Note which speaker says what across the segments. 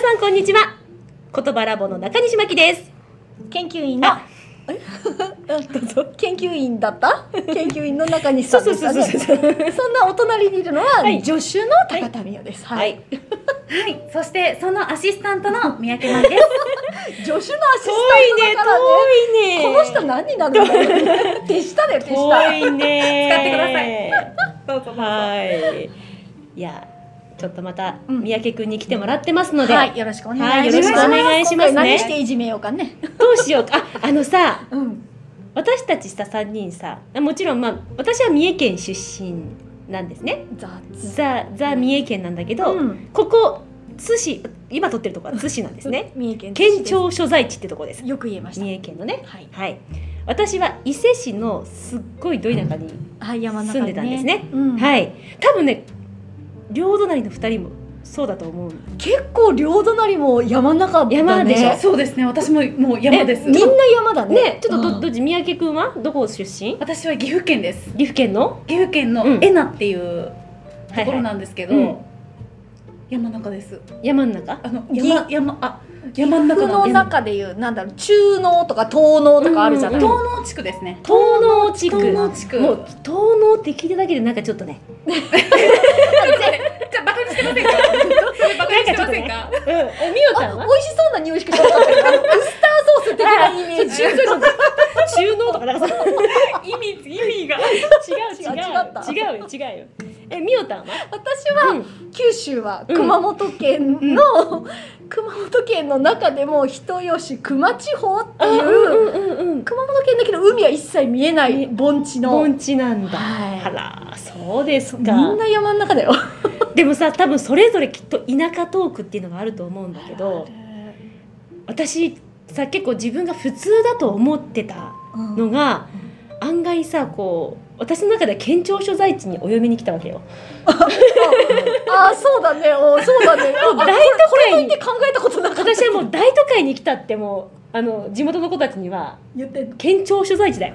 Speaker 1: さんこんにちは言葉ラボの中西真希です
Speaker 2: 研究員の
Speaker 1: あ
Speaker 2: どうぞ 研究員だった研究員の中にさんでしたね
Speaker 1: そうそうそうそう
Speaker 2: そんなお隣にいるのは、
Speaker 1: はい
Speaker 2: 助手の高田美代です、
Speaker 1: は
Speaker 2: はい
Speaker 1: い
Speaker 3: はい、そしてそのアシスタントの三宅真理です。
Speaker 2: 助手のアシスタン
Speaker 1: 遠
Speaker 2: トだ
Speaker 1: いね
Speaker 2: からね
Speaker 1: 遠いね
Speaker 2: この人何にな るんだろう手下だよ手下
Speaker 1: 遠いね
Speaker 3: 使ってくださ
Speaker 1: どうぞはいいやちょっとまた
Speaker 2: うん
Speaker 1: 三宅くんに来てもらってますので、
Speaker 2: はいよろしくお願いします、
Speaker 3: はいよろしくお
Speaker 1: 願いします
Speaker 2: 今回
Speaker 1: ね
Speaker 2: 何していじめようかね
Speaker 1: どうしようかああのさ
Speaker 2: うん
Speaker 1: 私たちさ3人さもちろんまあ私は三重県出身なんですね
Speaker 2: 雑
Speaker 1: ザ・ザ・三重県なんだけど、
Speaker 2: うん
Speaker 1: ここ津市今撮ってるとこは津市なんですね
Speaker 2: 三重県津市
Speaker 1: 県庁所在地ってとこです
Speaker 2: よく言えました
Speaker 1: 三重県のね
Speaker 2: はい
Speaker 1: はい私は伊勢市のすっごいど田舎に、
Speaker 2: はい山の中
Speaker 1: 住んでたんですね
Speaker 2: うん
Speaker 1: はい多分ね両隣の2人もそうだと思う
Speaker 2: 結構両隣も山の中だね
Speaker 1: 山でしょ
Speaker 3: そうですね、私ももう山です。
Speaker 2: みんな山だね
Speaker 1: ねちょっとど,、
Speaker 2: うん
Speaker 1: どっち三宅君はどこ出身
Speaker 3: 私は岐阜県です。
Speaker 1: 岐阜県の
Speaker 3: 岐阜県の
Speaker 1: うん
Speaker 3: えなっていうところなんですけど、
Speaker 1: はいはいうん
Speaker 3: 山中です。
Speaker 1: 山の中
Speaker 3: あの
Speaker 2: ぎ
Speaker 3: 山山あ山の中
Speaker 2: 服
Speaker 3: な
Speaker 2: の
Speaker 3: んです。
Speaker 2: 中でいうなんだろう中能とか東能とかあるじゃない、
Speaker 1: うんう
Speaker 3: 東能地区ですね。
Speaker 1: 東能地区
Speaker 3: 東能地区。
Speaker 1: もう東能って聞いただけでなんかちょっとね
Speaker 3: じゃあバカにしてませんか。バカにしてませんか。
Speaker 1: うんえみよちゃんは
Speaker 2: あ美味しそうな匂いしかしなかった けどあのウスターソース的なイメージ
Speaker 1: 中の中濃とかなんかさ意味意味が違
Speaker 2: 違う
Speaker 1: う違う違うよ違うよえみよたんは、
Speaker 2: 私は、
Speaker 1: うん
Speaker 2: 九州は
Speaker 1: うん
Speaker 2: 熊本県の、熊本県の中でも人吉球磨地方って
Speaker 1: あ
Speaker 2: いうう、
Speaker 1: んうんうんうん
Speaker 2: 熊本県だけど海は一切見えない盆地の
Speaker 1: 盆地なんだ、
Speaker 2: はい
Speaker 1: あらそうです
Speaker 2: み
Speaker 1: か
Speaker 2: んな山の中だよ
Speaker 1: でもさ多分それぞれきっと田舎トークっていうのがあると思うんだけど私さ結構自分が普通だと思ってた
Speaker 2: うん
Speaker 1: のが案外さこう私の中では県庁所在地にお嫁に来たわけよ
Speaker 2: ああそうだねおそうだね あ
Speaker 1: 大都
Speaker 2: これとい
Speaker 1: 会
Speaker 2: っ
Speaker 1: に
Speaker 2: て考えたことなかった
Speaker 1: 私はもう大都会に来たってもうあの地元の子たちには
Speaker 2: 言ってんの
Speaker 1: 県庁所在地だよ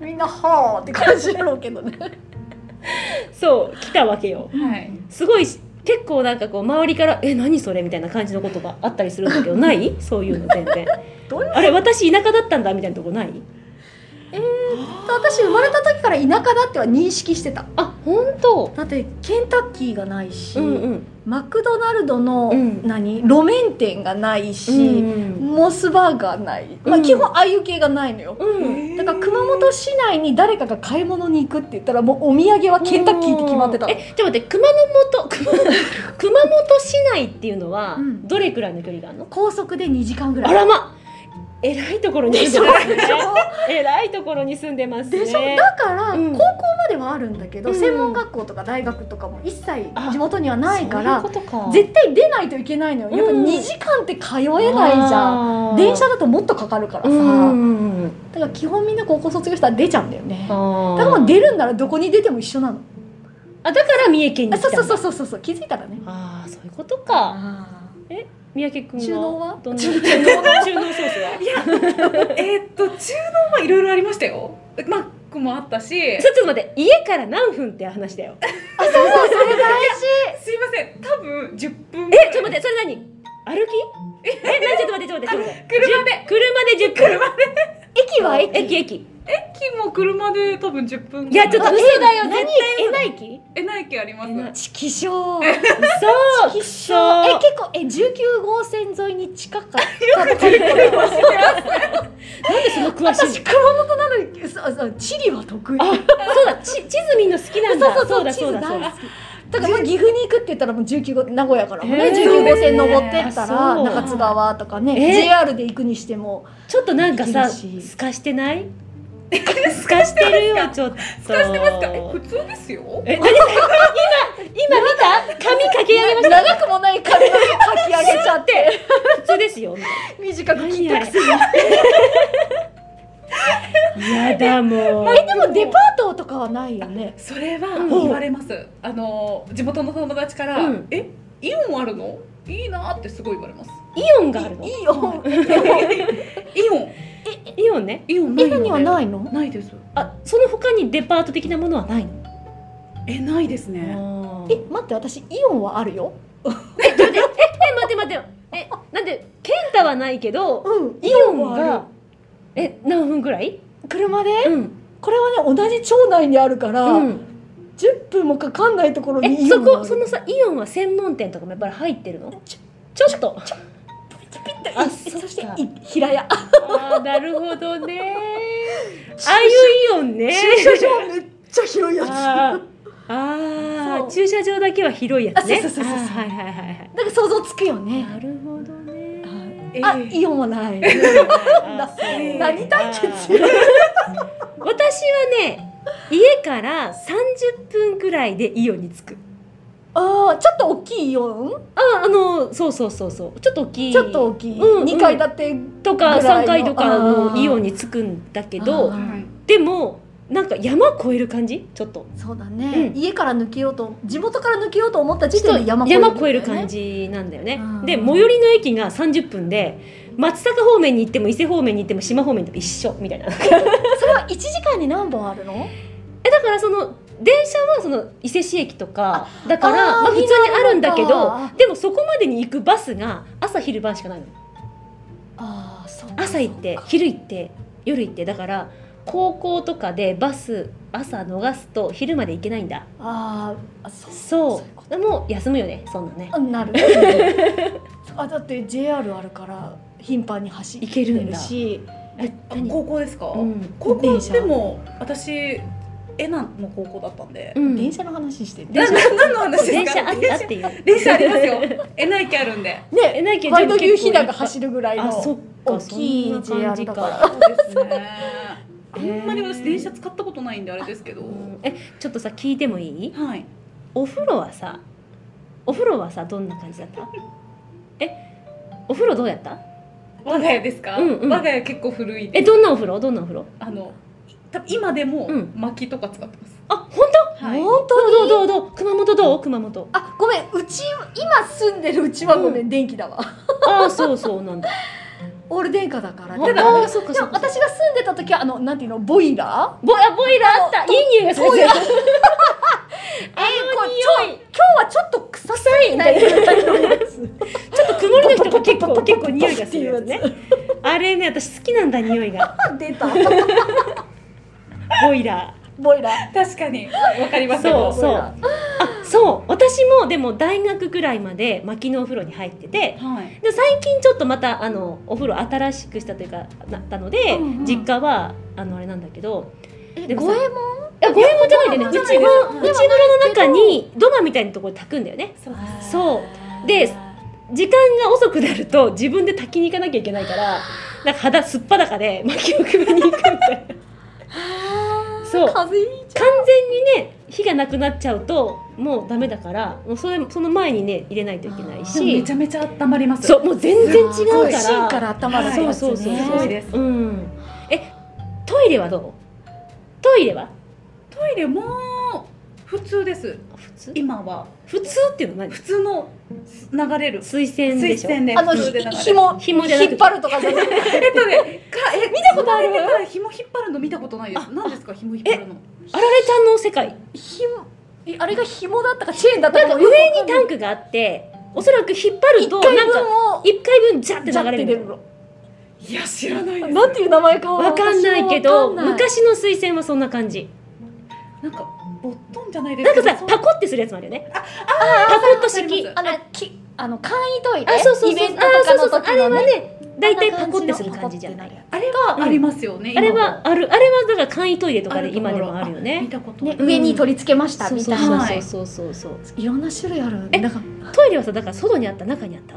Speaker 2: みんなはあって感じだろうけどね
Speaker 1: そう来たわけよ
Speaker 3: はい。
Speaker 1: すごいし結構なんかこう周りから「え何それ?」みたいな感じのことがあったりするんだ けどないそういうの全然
Speaker 2: どういう
Speaker 1: あれ私田舎だったんだみたいなとこない
Speaker 2: 私生まれた時から田舎だっては認識してた
Speaker 1: あ本当
Speaker 2: だってケンタッキーがないし、
Speaker 1: うんうん
Speaker 2: マクドナルドの、
Speaker 1: うん
Speaker 2: 何路面店がないし、
Speaker 1: うん
Speaker 2: モスバーガーない、まあ、
Speaker 1: うん
Speaker 2: 基本ああいう系がないのよ、
Speaker 1: うん
Speaker 2: だから熊本市内に誰かが買い物に行くって言ったらもうお土産はケンタッキーって決まってたの
Speaker 1: えちょっと待って熊本 熊熊本市内っていうのは
Speaker 2: うん
Speaker 1: どれくらいの距離があるの、
Speaker 2: 高速で2時間ぐらい
Speaker 1: あらまえらいところに
Speaker 2: でし
Speaker 1: 住
Speaker 2: ょ
Speaker 1: ん
Speaker 2: で
Speaker 1: でますね
Speaker 2: しょ
Speaker 1: えらいところに住んでますね
Speaker 2: でしょだから、
Speaker 1: うん
Speaker 2: 高校まではあるんだけど、
Speaker 1: うん
Speaker 2: 専門学校とか大学とかも一切
Speaker 1: あ
Speaker 2: 地元にはないから
Speaker 1: そういうことか
Speaker 2: 絶対出ないといけないのよやっぱ
Speaker 1: うん
Speaker 2: 2時間って通えないじゃん、
Speaker 1: ゃ
Speaker 2: 電車だともっとかかるからさ、
Speaker 1: うん
Speaker 2: だから基本みんな高校卒業したら出ちゃうんだよねだ
Speaker 1: あ
Speaker 2: からもう出るんならどこに出ても一緒なの
Speaker 1: あだから三重県に
Speaker 2: あ
Speaker 1: 来た
Speaker 2: そ
Speaker 1: ん
Speaker 2: う
Speaker 1: だ
Speaker 2: そうそうそうそうそう気づいたらね
Speaker 1: ああそういうことか三宅君は
Speaker 2: 中濃は
Speaker 1: どんな
Speaker 2: 中
Speaker 1: 中濃中濃ソース はい
Speaker 3: や、えーっと中濃はいろいろありましたよ。マックもあったし。
Speaker 1: ちょっと待って家から何分って話だよえ
Speaker 2: あそうそうそれ大事
Speaker 3: すいません、多分十分ぐらい。
Speaker 1: ちょっと待ってそれ何歩きえ何ちょっと待ってちょっと待ってちょっと待って
Speaker 3: 車で
Speaker 1: 車で10分
Speaker 2: 駅は駅
Speaker 1: 駅駅
Speaker 3: 駅も車で多分10分
Speaker 1: いやちょっと
Speaker 2: あ
Speaker 1: 嘘だよ
Speaker 2: え
Speaker 1: 絶対えな駅
Speaker 3: えな駅あります
Speaker 1: えな
Speaker 3: ね
Speaker 2: 地気象
Speaker 1: そう
Speaker 2: 気象
Speaker 1: そう
Speaker 2: え結構え19号線沿いに近かったとか言ってた
Speaker 1: なんでその詳しい
Speaker 2: 私
Speaker 1: の
Speaker 2: 熊本なのにそうそう地理は得意
Speaker 1: あそうだち地図見るの好きなんだ
Speaker 2: そうそうそう
Speaker 1: だ
Speaker 2: 地
Speaker 1: そう
Speaker 2: 図
Speaker 1: だそ
Speaker 2: 大
Speaker 1: うだ
Speaker 2: 好きだからまあ岐阜に行くって言ったらもう19号名古屋からもね、
Speaker 1: えー
Speaker 2: 19号線登ってった
Speaker 1: そ
Speaker 2: ら
Speaker 1: う
Speaker 2: 中津川とかね、
Speaker 1: えー
Speaker 2: JR で行くにしても
Speaker 1: ちょっとなんかさ
Speaker 2: いいらしい
Speaker 1: 透かしてない透かしてるよちょっと透
Speaker 3: 使してますかえ普通ですよ
Speaker 1: え、何今、今見た髪かけ上げました
Speaker 2: 長くもない髪の毛かき上げちゃって
Speaker 1: 普通ですよ。
Speaker 2: 短く切っ
Speaker 1: 何
Speaker 2: て
Speaker 1: あ
Speaker 2: く
Speaker 1: れ。やだもう。
Speaker 2: えでもデパートとかはないよね
Speaker 3: それは
Speaker 1: うん
Speaker 3: 言われます、あの地元の友達から「
Speaker 1: うん
Speaker 3: えイオンあるのいいな」ってすごい言われます
Speaker 1: イオンがあるの
Speaker 2: いい よ
Speaker 3: イオン
Speaker 1: イオンね。
Speaker 3: イオンない
Speaker 2: 家
Speaker 3: の、ね、
Speaker 2: にはないの
Speaker 3: ないです
Speaker 1: あ、その他にデパート的なものはないの
Speaker 3: えないですね
Speaker 2: え待って私イオンはあるよ
Speaker 1: え待ってええ待って待ってえなんで健太はないけど
Speaker 2: うん
Speaker 1: イオンがえ何分くらい
Speaker 2: 車で、
Speaker 1: うん、
Speaker 2: これはね同じ町内にあるから、
Speaker 1: うん、
Speaker 2: 10分もかかんないところに
Speaker 1: え
Speaker 2: イオ
Speaker 1: そ
Speaker 2: ンがあ
Speaker 1: こ
Speaker 2: る
Speaker 1: そのさイオンは専門店とかもやっぱり入ってるのちょちょっと
Speaker 2: ピッて
Speaker 1: あ
Speaker 2: い
Speaker 1: そっか
Speaker 2: そしてい平屋あ
Speaker 1: あーなるほどねああいうイオンね
Speaker 2: 駐車場めっちゃ広いやつ
Speaker 1: あーあー
Speaker 2: そう
Speaker 1: 駐車場だけは広いやつね
Speaker 2: あそうそうそうそう
Speaker 1: あーはいはいはいはい
Speaker 2: なんか想像つくよね
Speaker 1: なるほどね
Speaker 3: え
Speaker 2: あ
Speaker 3: え
Speaker 2: イオンはない
Speaker 1: あ
Speaker 3: え
Speaker 2: 何対決
Speaker 1: あー私はね家から30分くらいでイオンに着く
Speaker 2: あーちょっと大きいイオン
Speaker 1: ああのそうそうそうそうちょっと大きい
Speaker 2: ちょっと大きい、
Speaker 1: うんうん
Speaker 2: 2階建て
Speaker 1: とか
Speaker 2: ぐらいの
Speaker 1: 3階とか
Speaker 2: あ
Speaker 1: の
Speaker 2: ー
Speaker 1: イオンに着くんだけ
Speaker 2: あー
Speaker 1: ど
Speaker 3: はい
Speaker 1: でもなんか山越える感じちょっと
Speaker 2: そうだね、
Speaker 1: うん
Speaker 2: 家から抜けようと地元から抜けようと思った時点で山
Speaker 1: 山
Speaker 2: 越
Speaker 1: 越え
Speaker 2: える
Speaker 1: る
Speaker 2: んだよね
Speaker 1: 感じなんだよね
Speaker 2: うん
Speaker 1: で最寄りの駅が30分で松阪方面に行っても伊勢方面に行っても島方面と一緒みたいなえ
Speaker 2: それは1時間に何本あるの
Speaker 1: だからその電車はその伊勢市駅とかだから
Speaker 2: あー
Speaker 1: まあ、普通にあるんだけ
Speaker 2: みんな
Speaker 1: ど
Speaker 2: あるのか
Speaker 1: でもそこまでに行くバスが朝昼晩しかないの
Speaker 2: ああそうか
Speaker 1: 朝行って
Speaker 2: そうか
Speaker 1: 昼行って夜行ってだから高校とかでバス朝逃すと昼まで行けないんだ
Speaker 2: あーあそう
Speaker 1: そう
Speaker 2: そういうこ
Speaker 1: でも休むよねそんなね
Speaker 2: あなる あだって JR あるから頻繁に走って
Speaker 1: 行けるんだ
Speaker 2: し
Speaker 1: え
Speaker 3: あ
Speaker 1: 何
Speaker 3: 高校ですか、
Speaker 1: うん
Speaker 3: 高校
Speaker 2: 電車
Speaker 3: でも私えなの高校だったんで、
Speaker 1: うん
Speaker 2: 電車の話してる
Speaker 1: 電車
Speaker 3: な何の話
Speaker 1: 電
Speaker 3: です
Speaker 1: 車
Speaker 3: か
Speaker 1: あったっていう
Speaker 3: 電車ありますよえな駅あるんで
Speaker 1: え
Speaker 2: ね
Speaker 1: ないけど
Speaker 2: ワイド流飛
Speaker 1: 結構いっぱい
Speaker 2: 騨が走るぐらいの
Speaker 1: あそっか
Speaker 2: 大きい
Speaker 1: そんな感じ
Speaker 2: JR だから
Speaker 3: そうですねあ
Speaker 1: へー
Speaker 3: んまり私電車使ったことないんであれですけど、
Speaker 1: うんえちょっとさ聞いてもいい
Speaker 3: はい
Speaker 1: お風呂はさお風呂はさどんな感じだったえお風呂どうやった
Speaker 3: 我が家ですか、
Speaker 1: うんうん
Speaker 3: 我が家結構古い
Speaker 1: え
Speaker 3: です
Speaker 1: どんなお風呂どんなお風呂
Speaker 3: あのい多分今でも
Speaker 1: うん
Speaker 3: 薪とか使ってます、
Speaker 1: あ本当
Speaker 3: はい
Speaker 2: 本当
Speaker 1: どうどうどうどう熊本どう熊本
Speaker 2: あごめんうち今住んでるうちはごめん、電気だわ
Speaker 1: ああそうそうなんだ
Speaker 2: オール電化だから
Speaker 1: あ
Speaker 2: ただ
Speaker 1: あーそうか
Speaker 2: で
Speaker 1: そ
Speaker 2: も
Speaker 1: うか
Speaker 2: 私が住んでた時はあのなんていうのボイラ
Speaker 1: ボあボイラーあったいい匂いが
Speaker 2: ー
Speaker 1: する
Speaker 2: ボイラーえー、こ
Speaker 1: あ
Speaker 2: れち
Speaker 1: の
Speaker 2: ょ
Speaker 1: 匂い
Speaker 2: 今日はちょっと臭いみたいな感じのやつ
Speaker 1: ちょっと曇りの人が結構結構匂いがするやつねあれね私好きなんだ匂いが
Speaker 2: あ 出た
Speaker 1: ボイラ
Speaker 2: ボイラー
Speaker 3: 確かにわかります
Speaker 1: そう
Speaker 3: よ
Speaker 2: ボイラー
Speaker 1: ーそう私もでも大学ぐらいまで薪のお風呂に入ってて
Speaker 3: はい
Speaker 1: で最近ちょっとまたあのお風呂新しくしたというかなったので、
Speaker 2: うんうん
Speaker 1: 実家はあのあれなんだけど
Speaker 2: え
Speaker 1: でも
Speaker 2: 五
Speaker 1: さ
Speaker 2: 右衛門
Speaker 1: いや五右衛門じゃないんだよね
Speaker 3: 五
Speaker 1: 内
Speaker 3: 右衛
Speaker 1: 風
Speaker 3: 門
Speaker 1: 呂
Speaker 3: じ
Speaker 1: 内風呂の中に土間みたいなところに炊くんだよね
Speaker 3: そうです
Speaker 1: そ
Speaker 2: あー
Speaker 1: で時間が遅くなると自分で炊きに行かなきゃいけないからなんか肌すっぱだかで薪を組みに行くみたいな完
Speaker 2: あー
Speaker 1: そう
Speaker 2: 風邪ひいちゃ
Speaker 1: 全にね火がなくなっちゃうともうダメだからもうそれその前にね入れないといけない
Speaker 2: あー
Speaker 3: でもめ
Speaker 1: し
Speaker 3: ちゃめちゃ温まります
Speaker 1: そうもう全然違
Speaker 2: う
Speaker 1: うから
Speaker 2: 芯から頭が
Speaker 1: そうそうそう
Speaker 3: す
Speaker 1: そ
Speaker 3: ご
Speaker 1: う
Speaker 3: いです
Speaker 1: うん。え、トイレはどう？トイレは
Speaker 3: トイレも普通です
Speaker 1: 普通？
Speaker 3: 今は
Speaker 1: 普通っていうのは何
Speaker 3: 普？通の流れる
Speaker 1: 水洗で
Speaker 3: 水
Speaker 1: しょ。
Speaker 3: 洗で
Speaker 2: あの
Speaker 3: 普
Speaker 2: ひ
Speaker 3: 通で流れる
Speaker 2: 紐
Speaker 1: 紐じゃなくて
Speaker 2: 引っ張るとかじゃなくて
Speaker 3: えっとねかえ見たことあるから紐引っ張るの見たことないです何ですか紐引っ張るの
Speaker 1: あられちゃんの世界。
Speaker 2: 紐えあれが紐だったかチェーンだった
Speaker 1: なん
Speaker 2: か
Speaker 1: か
Speaker 2: も
Speaker 1: 上
Speaker 2: よくわん
Speaker 1: に
Speaker 2: な
Speaker 1: タ
Speaker 2: い
Speaker 1: ンクがあって、おそらく引っ張ると
Speaker 2: 一
Speaker 1: な
Speaker 2: 回
Speaker 1: んか
Speaker 2: 分を
Speaker 1: 一回分ジャって
Speaker 2: ジャ
Speaker 1: 流
Speaker 2: ッて
Speaker 1: れ
Speaker 2: 出
Speaker 1: る
Speaker 2: る
Speaker 1: の。
Speaker 2: の
Speaker 3: いや知らない
Speaker 2: なんていう名前かは
Speaker 1: わかんないけど
Speaker 2: 私もわかんない
Speaker 1: 昔の水洗はそんな感じ。
Speaker 3: なんかボットンじゃないで
Speaker 1: な
Speaker 3: す
Speaker 1: んかさ、
Speaker 3: そう
Speaker 1: パコってするやつもあるよね。パコッと式。
Speaker 3: わ
Speaker 1: あ
Speaker 3: か、
Speaker 2: あのきあの簡易トイレ
Speaker 1: そうそう
Speaker 2: イ
Speaker 1: そ
Speaker 2: ベ
Speaker 1: う。
Speaker 2: ント
Speaker 1: あ、そう
Speaker 2: と
Speaker 1: そうそ
Speaker 2: かの時
Speaker 1: う。あれ
Speaker 2: の
Speaker 1: は
Speaker 2: ね
Speaker 1: ね、だいたい
Speaker 2: あ
Speaker 1: パ
Speaker 2: んな
Speaker 1: コ
Speaker 2: 感
Speaker 1: ってする感じじゃな
Speaker 2: の
Speaker 1: い。
Speaker 3: あれはありますよね
Speaker 1: あれ
Speaker 3: 今
Speaker 1: はある、あれはだから簡易トイレとかで
Speaker 3: あるとこ
Speaker 1: 今
Speaker 3: ろ
Speaker 1: でもあるよね
Speaker 3: 見。たこと
Speaker 2: ね
Speaker 1: うん
Speaker 2: 上に取り付けました
Speaker 1: そう
Speaker 2: み
Speaker 1: そう
Speaker 2: たいな
Speaker 1: そうそうそうそう。
Speaker 2: いろんな種類ある
Speaker 1: え
Speaker 2: なんか
Speaker 1: トイレはさだから外にあった中にあった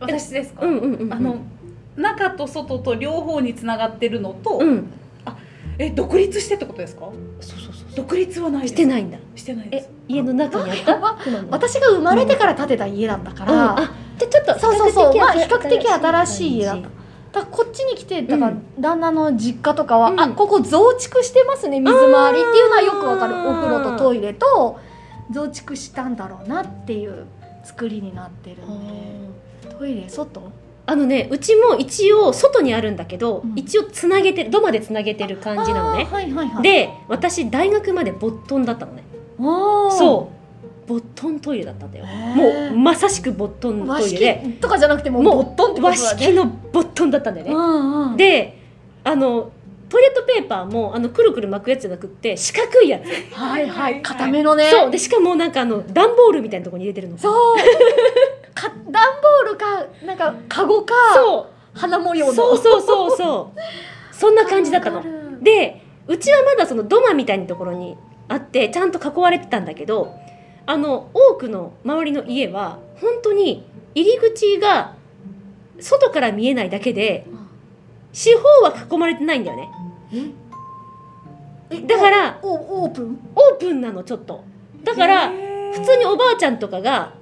Speaker 3: 私ですか
Speaker 1: うんうんうん
Speaker 3: あの中と外と両方につながってるのと
Speaker 1: うん
Speaker 3: え独立してってことですか
Speaker 1: そうそうそう
Speaker 3: 独立はないです
Speaker 1: してないんだ
Speaker 3: してないで
Speaker 1: え
Speaker 3: す
Speaker 1: 家の中にあっ
Speaker 2: やば
Speaker 1: た熊のうん
Speaker 2: 私が生まれてから建てた家だったから、だか
Speaker 1: あじゃあちょっと
Speaker 2: そうそうそう
Speaker 1: 比較的
Speaker 2: まあ比較的新しい家だ
Speaker 1: 感
Speaker 2: っ
Speaker 1: じ
Speaker 2: らこっちに来てだか
Speaker 1: う
Speaker 2: ら旦那の実家とかは、
Speaker 1: うん
Speaker 2: あここ増築してますね水回りっていうのはよくわかる
Speaker 1: あ
Speaker 2: お
Speaker 1: ー
Speaker 2: 風呂とトイレと増築したんだろうなっていう作りになってるんでトイレ外
Speaker 1: あのねうちも一応外にあるんだけど、
Speaker 2: うん
Speaker 1: 一応つなげて土までつなげてる感じなの
Speaker 2: あ
Speaker 1: ね
Speaker 2: ーはいはいはい
Speaker 1: で私大学までボットンだったのね
Speaker 2: おー
Speaker 1: そボットントイレだったんだよも
Speaker 2: も
Speaker 1: うまさしくボットン
Speaker 2: 和
Speaker 1: トイレで
Speaker 2: 式とかじゃなくてもう
Speaker 1: もう
Speaker 2: ボットンってこと
Speaker 1: 和
Speaker 2: だね
Speaker 1: 式のボットンだったんだよね、
Speaker 2: うんうん、
Speaker 1: であのトイレットペーパーもあのくるくる巻くやつじゃなくって四角いやつ、
Speaker 2: はいはい固めのね
Speaker 1: そうでしかもなんかあの段ボールみたいなところに入れてるの
Speaker 2: そう か段ボールかなんかカゴか
Speaker 1: そう
Speaker 2: 花模様の
Speaker 1: そうそうそうそうそんな感じだった
Speaker 2: わ
Speaker 1: の
Speaker 2: かる
Speaker 1: でうちはまだその土間みたいなところにあってちゃんと囲われてたんだけどあの多くの周りの家は本当に入り口が外から見えないだけで四方は囲まれてないんだよね
Speaker 2: え
Speaker 1: だから
Speaker 2: おオープン
Speaker 1: オープンなのちょっとだから
Speaker 3: 普
Speaker 1: 普通におばあちゃんとかが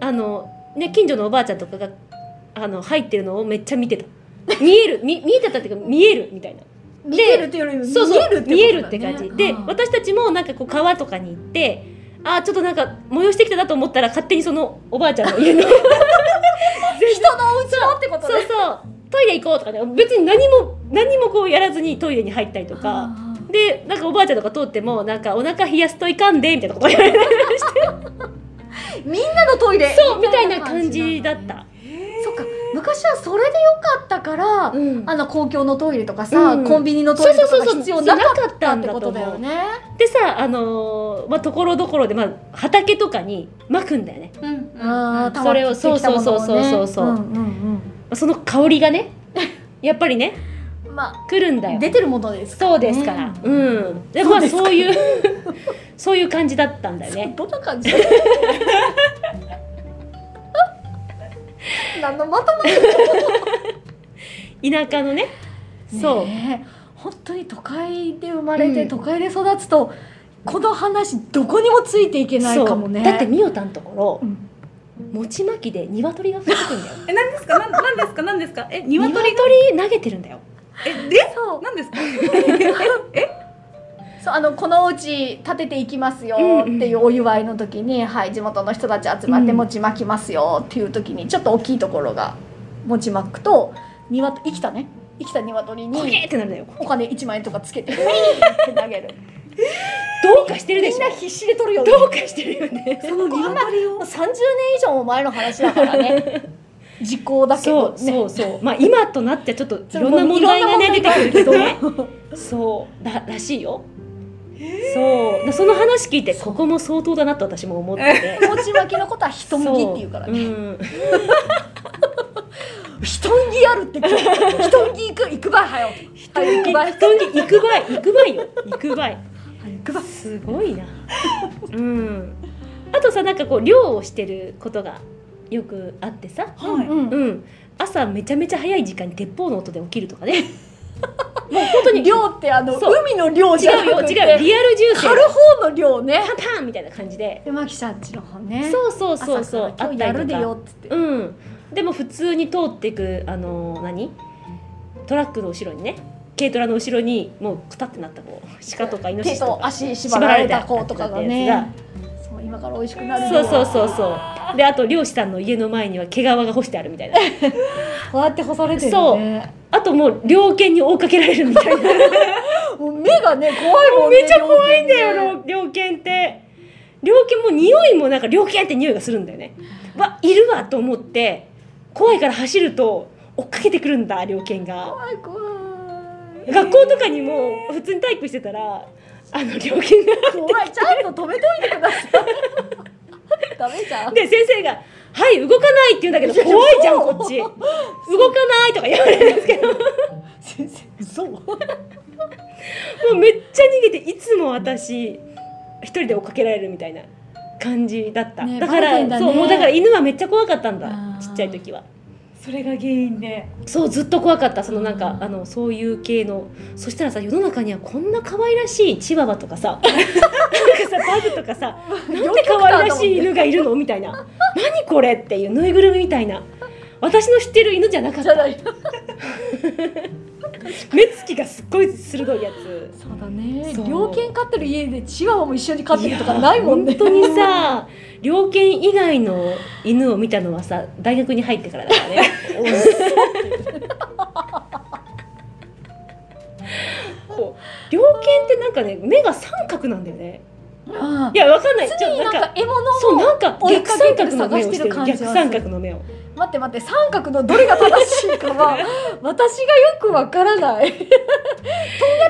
Speaker 1: あの、ね、近所のおばあちゃんとかがあの入ってるのをめっちゃ見てた見えるみ見えてたっていうか見えるみたいな
Speaker 2: 見てるっていうよりも
Speaker 1: そうそう見
Speaker 2: 見
Speaker 1: え
Speaker 2: え
Speaker 1: る
Speaker 2: る
Speaker 1: っ
Speaker 2: ってて
Speaker 1: 感
Speaker 2: 感
Speaker 1: じ
Speaker 2: じ
Speaker 1: で私たちもなんかこう川とかに行ってあーちょっとなんか催してきたなと思ったら勝手にそのおばあちゃんの家のそう
Speaker 2: 人のお家のってことね
Speaker 1: そうトイレ行こうとかね別に何も何もこうやらずにトイレに入ったりとか
Speaker 2: あ
Speaker 1: でなんかおばあちゃんとか通ってもなんかお腹冷やすといかんでみたいなこと言われて
Speaker 2: ーみんなのトイレ
Speaker 1: そうみたいな感じだった、
Speaker 2: そっか昔はそれでよかったから、
Speaker 1: うん
Speaker 2: あの公共のトイレとかさ、
Speaker 1: うん
Speaker 2: コンビニのトイ
Speaker 1: そう
Speaker 2: レと
Speaker 1: そう
Speaker 2: か
Speaker 1: そうそう
Speaker 2: が必要なかっ
Speaker 1: かったた
Speaker 2: っ
Speaker 1: ん
Speaker 2: て
Speaker 1: だ
Speaker 2: こととだ
Speaker 1: 思
Speaker 2: よ
Speaker 1: う
Speaker 2: ね。
Speaker 1: でさあのーまあところどころでまあ畑とかにまくんだよね
Speaker 3: うん
Speaker 2: あー
Speaker 1: それを
Speaker 2: 溜まってきたものをね
Speaker 1: そうそうそうそうそう
Speaker 2: うんうん
Speaker 1: その香りがねやっぱりね
Speaker 2: うんま
Speaker 1: 来るんだ
Speaker 2: あ
Speaker 1: よ
Speaker 2: 出てるものです
Speaker 1: そうですから。
Speaker 2: ね
Speaker 1: うん。で、
Speaker 2: そう
Speaker 1: まあ、
Speaker 2: ですか
Speaker 1: そういう。 そういう感じだったんだよね。
Speaker 2: どんな感じ 何のまとまり
Speaker 1: 田舎のね。そう。
Speaker 2: ねえ本当に都会で生まれて、
Speaker 1: うん
Speaker 2: 都会で育つとこの話どこにもついていけない
Speaker 1: そう
Speaker 2: かもね
Speaker 1: だって、みおたんとこ
Speaker 2: う
Speaker 1: ろ、
Speaker 2: ん
Speaker 1: 餅まきで鶏が降ってくんだよ。
Speaker 3: え何ですかなん何ですか何ですかえ 鶏
Speaker 1: 鶏投げてるんだよ。
Speaker 3: えで
Speaker 2: そう
Speaker 3: 何ですか
Speaker 2: そうあのこのお家建てていきますよっていうお祝いの時に、はい、地元の人たち集まって
Speaker 1: うん
Speaker 2: 餅まきますよっていう時にちょっと大きいところが餅まくと鶏生きたね生きた鶏
Speaker 1: こげ
Speaker 2: に
Speaker 1: ーってなるんだよ。
Speaker 2: お金1万円とかつけてウィーンって投げる
Speaker 1: どうかしてるで
Speaker 2: み
Speaker 1: し
Speaker 2: ん
Speaker 1: ょ
Speaker 2: な。必死で取るよね
Speaker 1: どうかしてるよね。
Speaker 3: その鶏
Speaker 2: も
Speaker 3: を
Speaker 2: う30年以上も前の話だから ね時効だけ
Speaker 1: そ
Speaker 2: ど
Speaker 1: う、
Speaker 2: ね
Speaker 1: そう、そう。まあ、今となってはちょっといろん
Speaker 2: そ
Speaker 1: な
Speaker 2: う
Speaker 1: 問題がね、
Speaker 2: い
Speaker 1: 出
Speaker 2: ろんな
Speaker 1: て
Speaker 2: 問題
Speaker 1: くるけどね。そう、だ、らしいよ。そう、その話聞いて、ここも相当だなと私も思ってて。
Speaker 2: 餅巻きのことは人向きっていうからね、
Speaker 1: そうん
Speaker 2: 人向きやるって人向き行く行くばいはよはい行くばい
Speaker 1: 人に 行くばい行くばいよ行くばい
Speaker 2: 行くばい
Speaker 1: すごいなうんあとさなんかこう漁をしてることがよくあってさ
Speaker 3: はい
Speaker 2: うん
Speaker 1: うん朝めちゃめちゃ早い時間に鉄砲の音で起きるとかねもう本当に違う
Speaker 2: 漁ってあの
Speaker 1: そう
Speaker 2: 海の漁じゃな
Speaker 1: よ
Speaker 2: くて
Speaker 1: 違うリアル重
Speaker 2: 狩
Speaker 1: 生
Speaker 2: る方の漁ね
Speaker 1: パンパンみたいな感じで
Speaker 2: でマキちゃんちの方ね
Speaker 1: そうそうそうそう
Speaker 2: 朝から今日やるで
Speaker 1: あっ
Speaker 2: よっつって、
Speaker 1: たりとかうんでも普通に通っていくあの何トラックの後ろにね軽トラの後ろにもうくたってなったこう鹿とかイノシ
Speaker 2: 手
Speaker 1: シとか
Speaker 2: と足縛られた子とかがね
Speaker 1: 縛られたや
Speaker 2: そう今から美味しくなる
Speaker 1: そ
Speaker 2: よ
Speaker 1: うそうそうそうであと漁師さんの家の前には毛皮が干してあるみたいな
Speaker 2: こうやって干されてる
Speaker 1: そ
Speaker 2: よ
Speaker 1: う
Speaker 2: ね
Speaker 1: あともう猟犬に追いかけられるみた いな
Speaker 2: もう目がね怖いもんね
Speaker 1: めっちゃ怖いんだ
Speaker 2: 漁
Speaker 1: よ猟犬って猟犬も匂いもなんか猟犬って匂いがするんだよねわいるわと思って怖いから走ると追っかけてくるんだ猟犬が
Speaker 2: 怖い怖い
Speaker 1: 学校とかにも普通に体育してたらあの猟犬が
Speaker 2: 怖いちゃんと止めといてくださいダメじゃん
Speaker 1: で先生が「はい動かない」って言うんだけど怖いじゃんこっち動かないとか言われるんですけど
Speaker 2: 先生嘘
Speaker 1: もうめっちゃ逃げていつも私一人で追っかけられるみたいな感じだった、
Speaker 2: ね
Speaker 1: だか
Speaker 2: バレ
Speaker 1: ら
Speaker 2: てんだね
Speaker 1: そうもうだから犬はめっちゃ怖かったん
Speaker 2: あ
Speaker 1: だ
Speaker 2: ー
Speaker 1: ちっちゃい時は
Speaker 3: それが原因で
Speaker 1: そうずっと怖かったそのなんか、
Speaker 2: うん
Speaker 1: あのそういう系のそしたらさ世の中にはこんな可愛らしいチワワとかさ なんかさバグと かさなんで可愛らしい犬がいるのみたいな何これっていうぬいぐるみみたいな私の知ってる犬じゃなかっ
Speaker 2: じゃ
Speaker 1: た
Speaker 2: ない
Speaker 1: 目つきがすっごい鋭いやつ
Speaker 2: そうだね
Speaker 1: そう
Speaker 2: 猟犬飼ってる家でチワワも一緒に飼ってるとかないもんね
Speaker 1: いや本当にさ猟犬以外の犬を見たのはさ大学に入ってからだからねこう猟犬ってなんかね目が三角なんだよね
Speaker 2: うん
Speaker 1: いやわかんないち
Speaker 2: 常
Speaker 1: ょ
Speaker 2: になん
Speaker 1: なん
Speaker 2: か
Speaker 1: か
Speaker 2: 獲物
Speaker 1: そう
Speaker 2: を
Speaker 1: なんか
Speaker 2: 追い
Speaker 1: 逆
Speaker 2: かけ
Speaker 1: 三
Speaker 2: てる
Speaker 1: 角の目を
Speaker 2: 探し
Speaker 1: してる
Speaker 2: てる感
Speaker 1: 逆
Speaker 2: じはする
Speaker 1: 三角の目を
Speaker 2: 待って待って三角のどれが正しいかは私がよくわからないとんがっ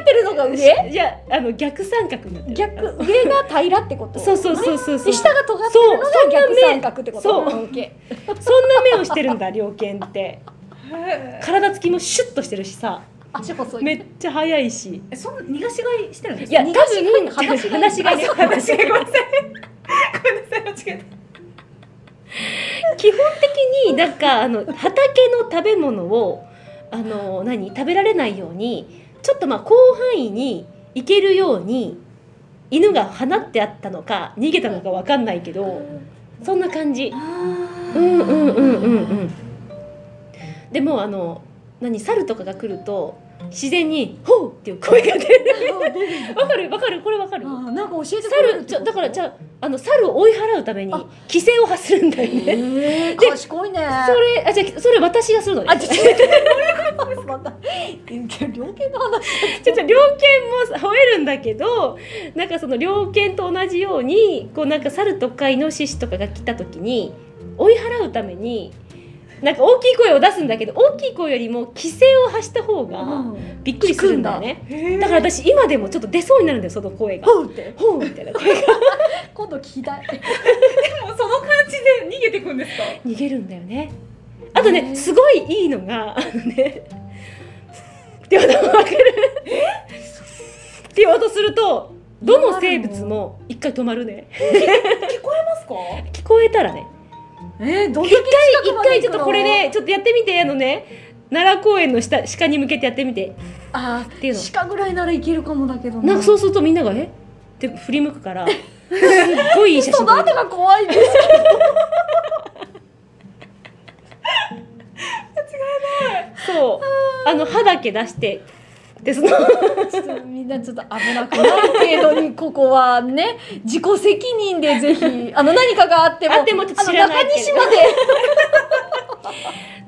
Speaker 2: てるのが上
Speaker 1: いやあの逆三角になってる
Speaker 2: 逆上が平らってこと
Speaker 1: そうそうそうそうそ
Speaker 2: で
Speaker 1: う
Speaker 2: 下が尖ってるのが
Speaker 1: そう
Speaker 2: 逆三角ってこと
Speaker 1: そう
Speaker 2: オッケ
Speaker 1: そんな目をしてるんだ猟犬って
Speaker 3: へー
Speaker 1: 体つきもシュッとしてるしさ
Speaker 2: ー足細い
Speaker 1: めっちゃ速いし
Speaker 3: えそんな逃がし飼いしてるんです
Speaker 1: い
Speaker 3: か
Speaker 1: や多分
Speaker 2: 話が
Speaker 1: 話がね
Speaker 2: あそう
Speaker 1: 話が
Speaker 3: ごめんなさいごめんなさい間違え
Speaker 1: 基本的になんかあの畑の食べ物をあの何食べられないようにちょっとまあ広範囲に行けるように犬が放ってあったのか逃げたのかわかんないけどそんな感じうんうんうんうんうんでもあの何猿とかが来ると自然に「ほう!」っていう声が出る わかるわかるこれわかる
Speaker 2: あなんか教えてくれる
Speaker 1: 猿ちょだからじゃああの猿を追い払うために規制を発するんだよね
Speaker 2: へー賢いね
Speaker 1: それあじゃあそれ私がするのね
Speaker 2: あちょちょちょどういうことですかまた猟犬の話
Speaker 1: ちょっと猟犬も吠えるんだけどなんかその猟犬と同じようにこうなんか猿とかイノシシとかが来た時に追い払うためになんか大きい声を出すんだけど大きい声よりも規制を発した方がびっくりするんだよね、
Speaker 3: た
Speaker 1: だから私今でもちょっと出そうになるんだよその声が
Speaker 2: ほうって
Speaker 1: ほうみたいな声が
Speaker 2: 今度聞きたい
Speaker 3: でもその感じで逃げてくんですか
Speaker 1: 逃げるんだよねあとねすごいいいのがあのねって音が分かるっていう音するとどの生物も一回止まるね
Speaker 3: 聞こえますか
Speaker 1: 聞こえたらね
Speaker 2: えー、どんだけ
Speaker 1: 一回
Speaker 2: 近く
Speaker 1: 一
Speaker 2: まで行
Speaker 1: 回ちょ
Speaker 2: くの
Speaker 1: っとこれでちょっとやってみてあのね奈良公園の下鹿に向けてやってみて
Speaker 2: あ
Speaker 1: っていうの
Speaker 2: ー鹿ぐらいならいけるかもだけど
Speaker 1: なんかそううするとみんなが「えっ?」て振り向くからすっごいいい写
Speaker 2: そ
Speaker 1: 真
Speaker 2: の
Speaker 1: 撮れ
Speaker 2: 後
Speaker 1: る
Speaker 2: が怖いです
Speaker 1: そうあの歯だけ出してでその
Speaker 2: ちょっとみんなちょっと危なくなる程度にここはね自己責任でぜひあの何かがあっても
Speaker 1: あってもちょっと知らない
Speaker 2: あの中
Speaker 1: け
Speaker 2: 西
Speaker 1: ど
Speaker 2: まで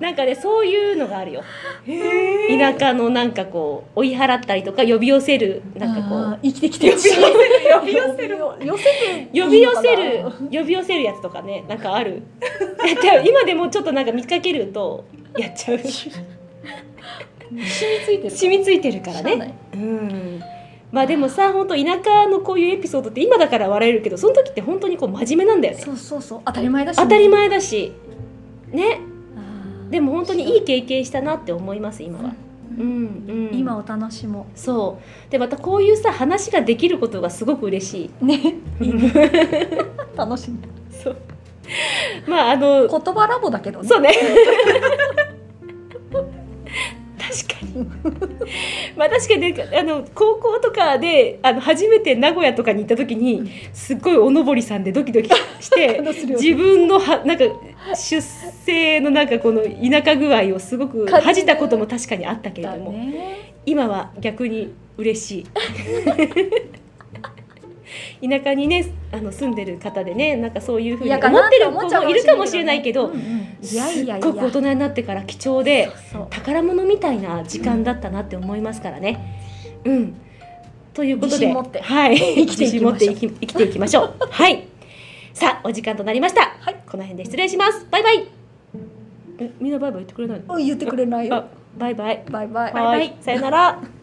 Speaker 1: なんかねそういうのがあるよ
Speaker 3: へえ
Speaker 1: 田舎のなんかこう追い払ったりとか呼び寄せるなんかこ
Speaker 2: あ
Speaker 1: う
Speaker 2: ー生きてきてほしい
Speaker 3: 呼び寄せる
Speaker 2: 呼び寄せて
Speaker 1: 呼び寄せ
Speaker 2: いい
Speaker 1: る
Speaker 2: のか
Speaker 1: 呼び寄せるやつとかねなんかある だから今でもちょっとなんか見かけるとやっちゃう
Speaker 2: な染みついてる
Speaker 1: 染みついてるから
Speaker 2: しゃあ
Speaker 1: ね
Speaker 2: ない
Speaker 1: うんまあでもさ本当田舎のこういうエピソードって今だから笑えるけどその時って本当にこう真面目なんだよね
Speaker 2: そうそうそう当たり前だしね、
Speaker 1: 当たり前だしね
Speaker 2: あー
Speaker 1: でも本当にいい経験したなって思います今は、
Speaker 2: う
Speaker 1: うんんうん、
Speaker 2: 今を楽しも
Speaker 1: そうでまたこういうさ話ができることがすごく嬉しいう
Speaker 2: ね 楽しむ
Speaker 1: そうまああ
Speaker 2: 言
Speaker 1: の
Speaker 2: 葉ラボだけどね
Speaker 1: そうね確かにまあ確かにねあの高校とかであの初めて名古屋とかに行った時にすっごいおのぼりさんでドキドキして
Speaker 2: 話するよね
Speaker 1: 自分のはなんか出生のなんかこの田舎具合をすごく
Speaker 2: 感じる
Speaker 1: 恥じたことも確かにあったけれ
Speaker 2: だ
Speaker 1: ども、
Speaker 2: ね
Speaker 1: 今は逆に嬉し い田舎にねあの住んでる方でねなんかそういうふうに
Speaker 2: 嫌
Speaker 1: 思
Speaker 2: かな
Speaker 1: ってる
Speaker 2: 思
Speaker 1: 子
Speaker 2: っちゃう
Speaker 1: もいるかもしれないけど
Speaker 2: うんうんい
Speaker 1: す
Speaker 2: やいや
Speaker 1: っ
Speaker 2: い
Speaker 1: ごく大
Speaker 2: や
Speaker 1: 人になってから貴重で
Speaker 2: そう
Speaker 1: 宝物みたいな時間だったなって思いますからね。うん、ということ
Speaker 2: 自
Speaker 1: で、
Speaker 2: 信持って
Speaker 1: はい、
Speaker 2: 生きていきましょう
Speaker 1: 自信持って生き生きていき ましょう。はい。さあお時間となりました。
Speaker 2: はい
Speaker 1: この辺で失礼します。バイバイ。えみんなバイバイ言ってくれないの？
Speaker 2: うん言ってくれないよ
Speaker 1: あ、バイバイ。
Speaker 2: バイバイ
Speaker 1: はいさよなら。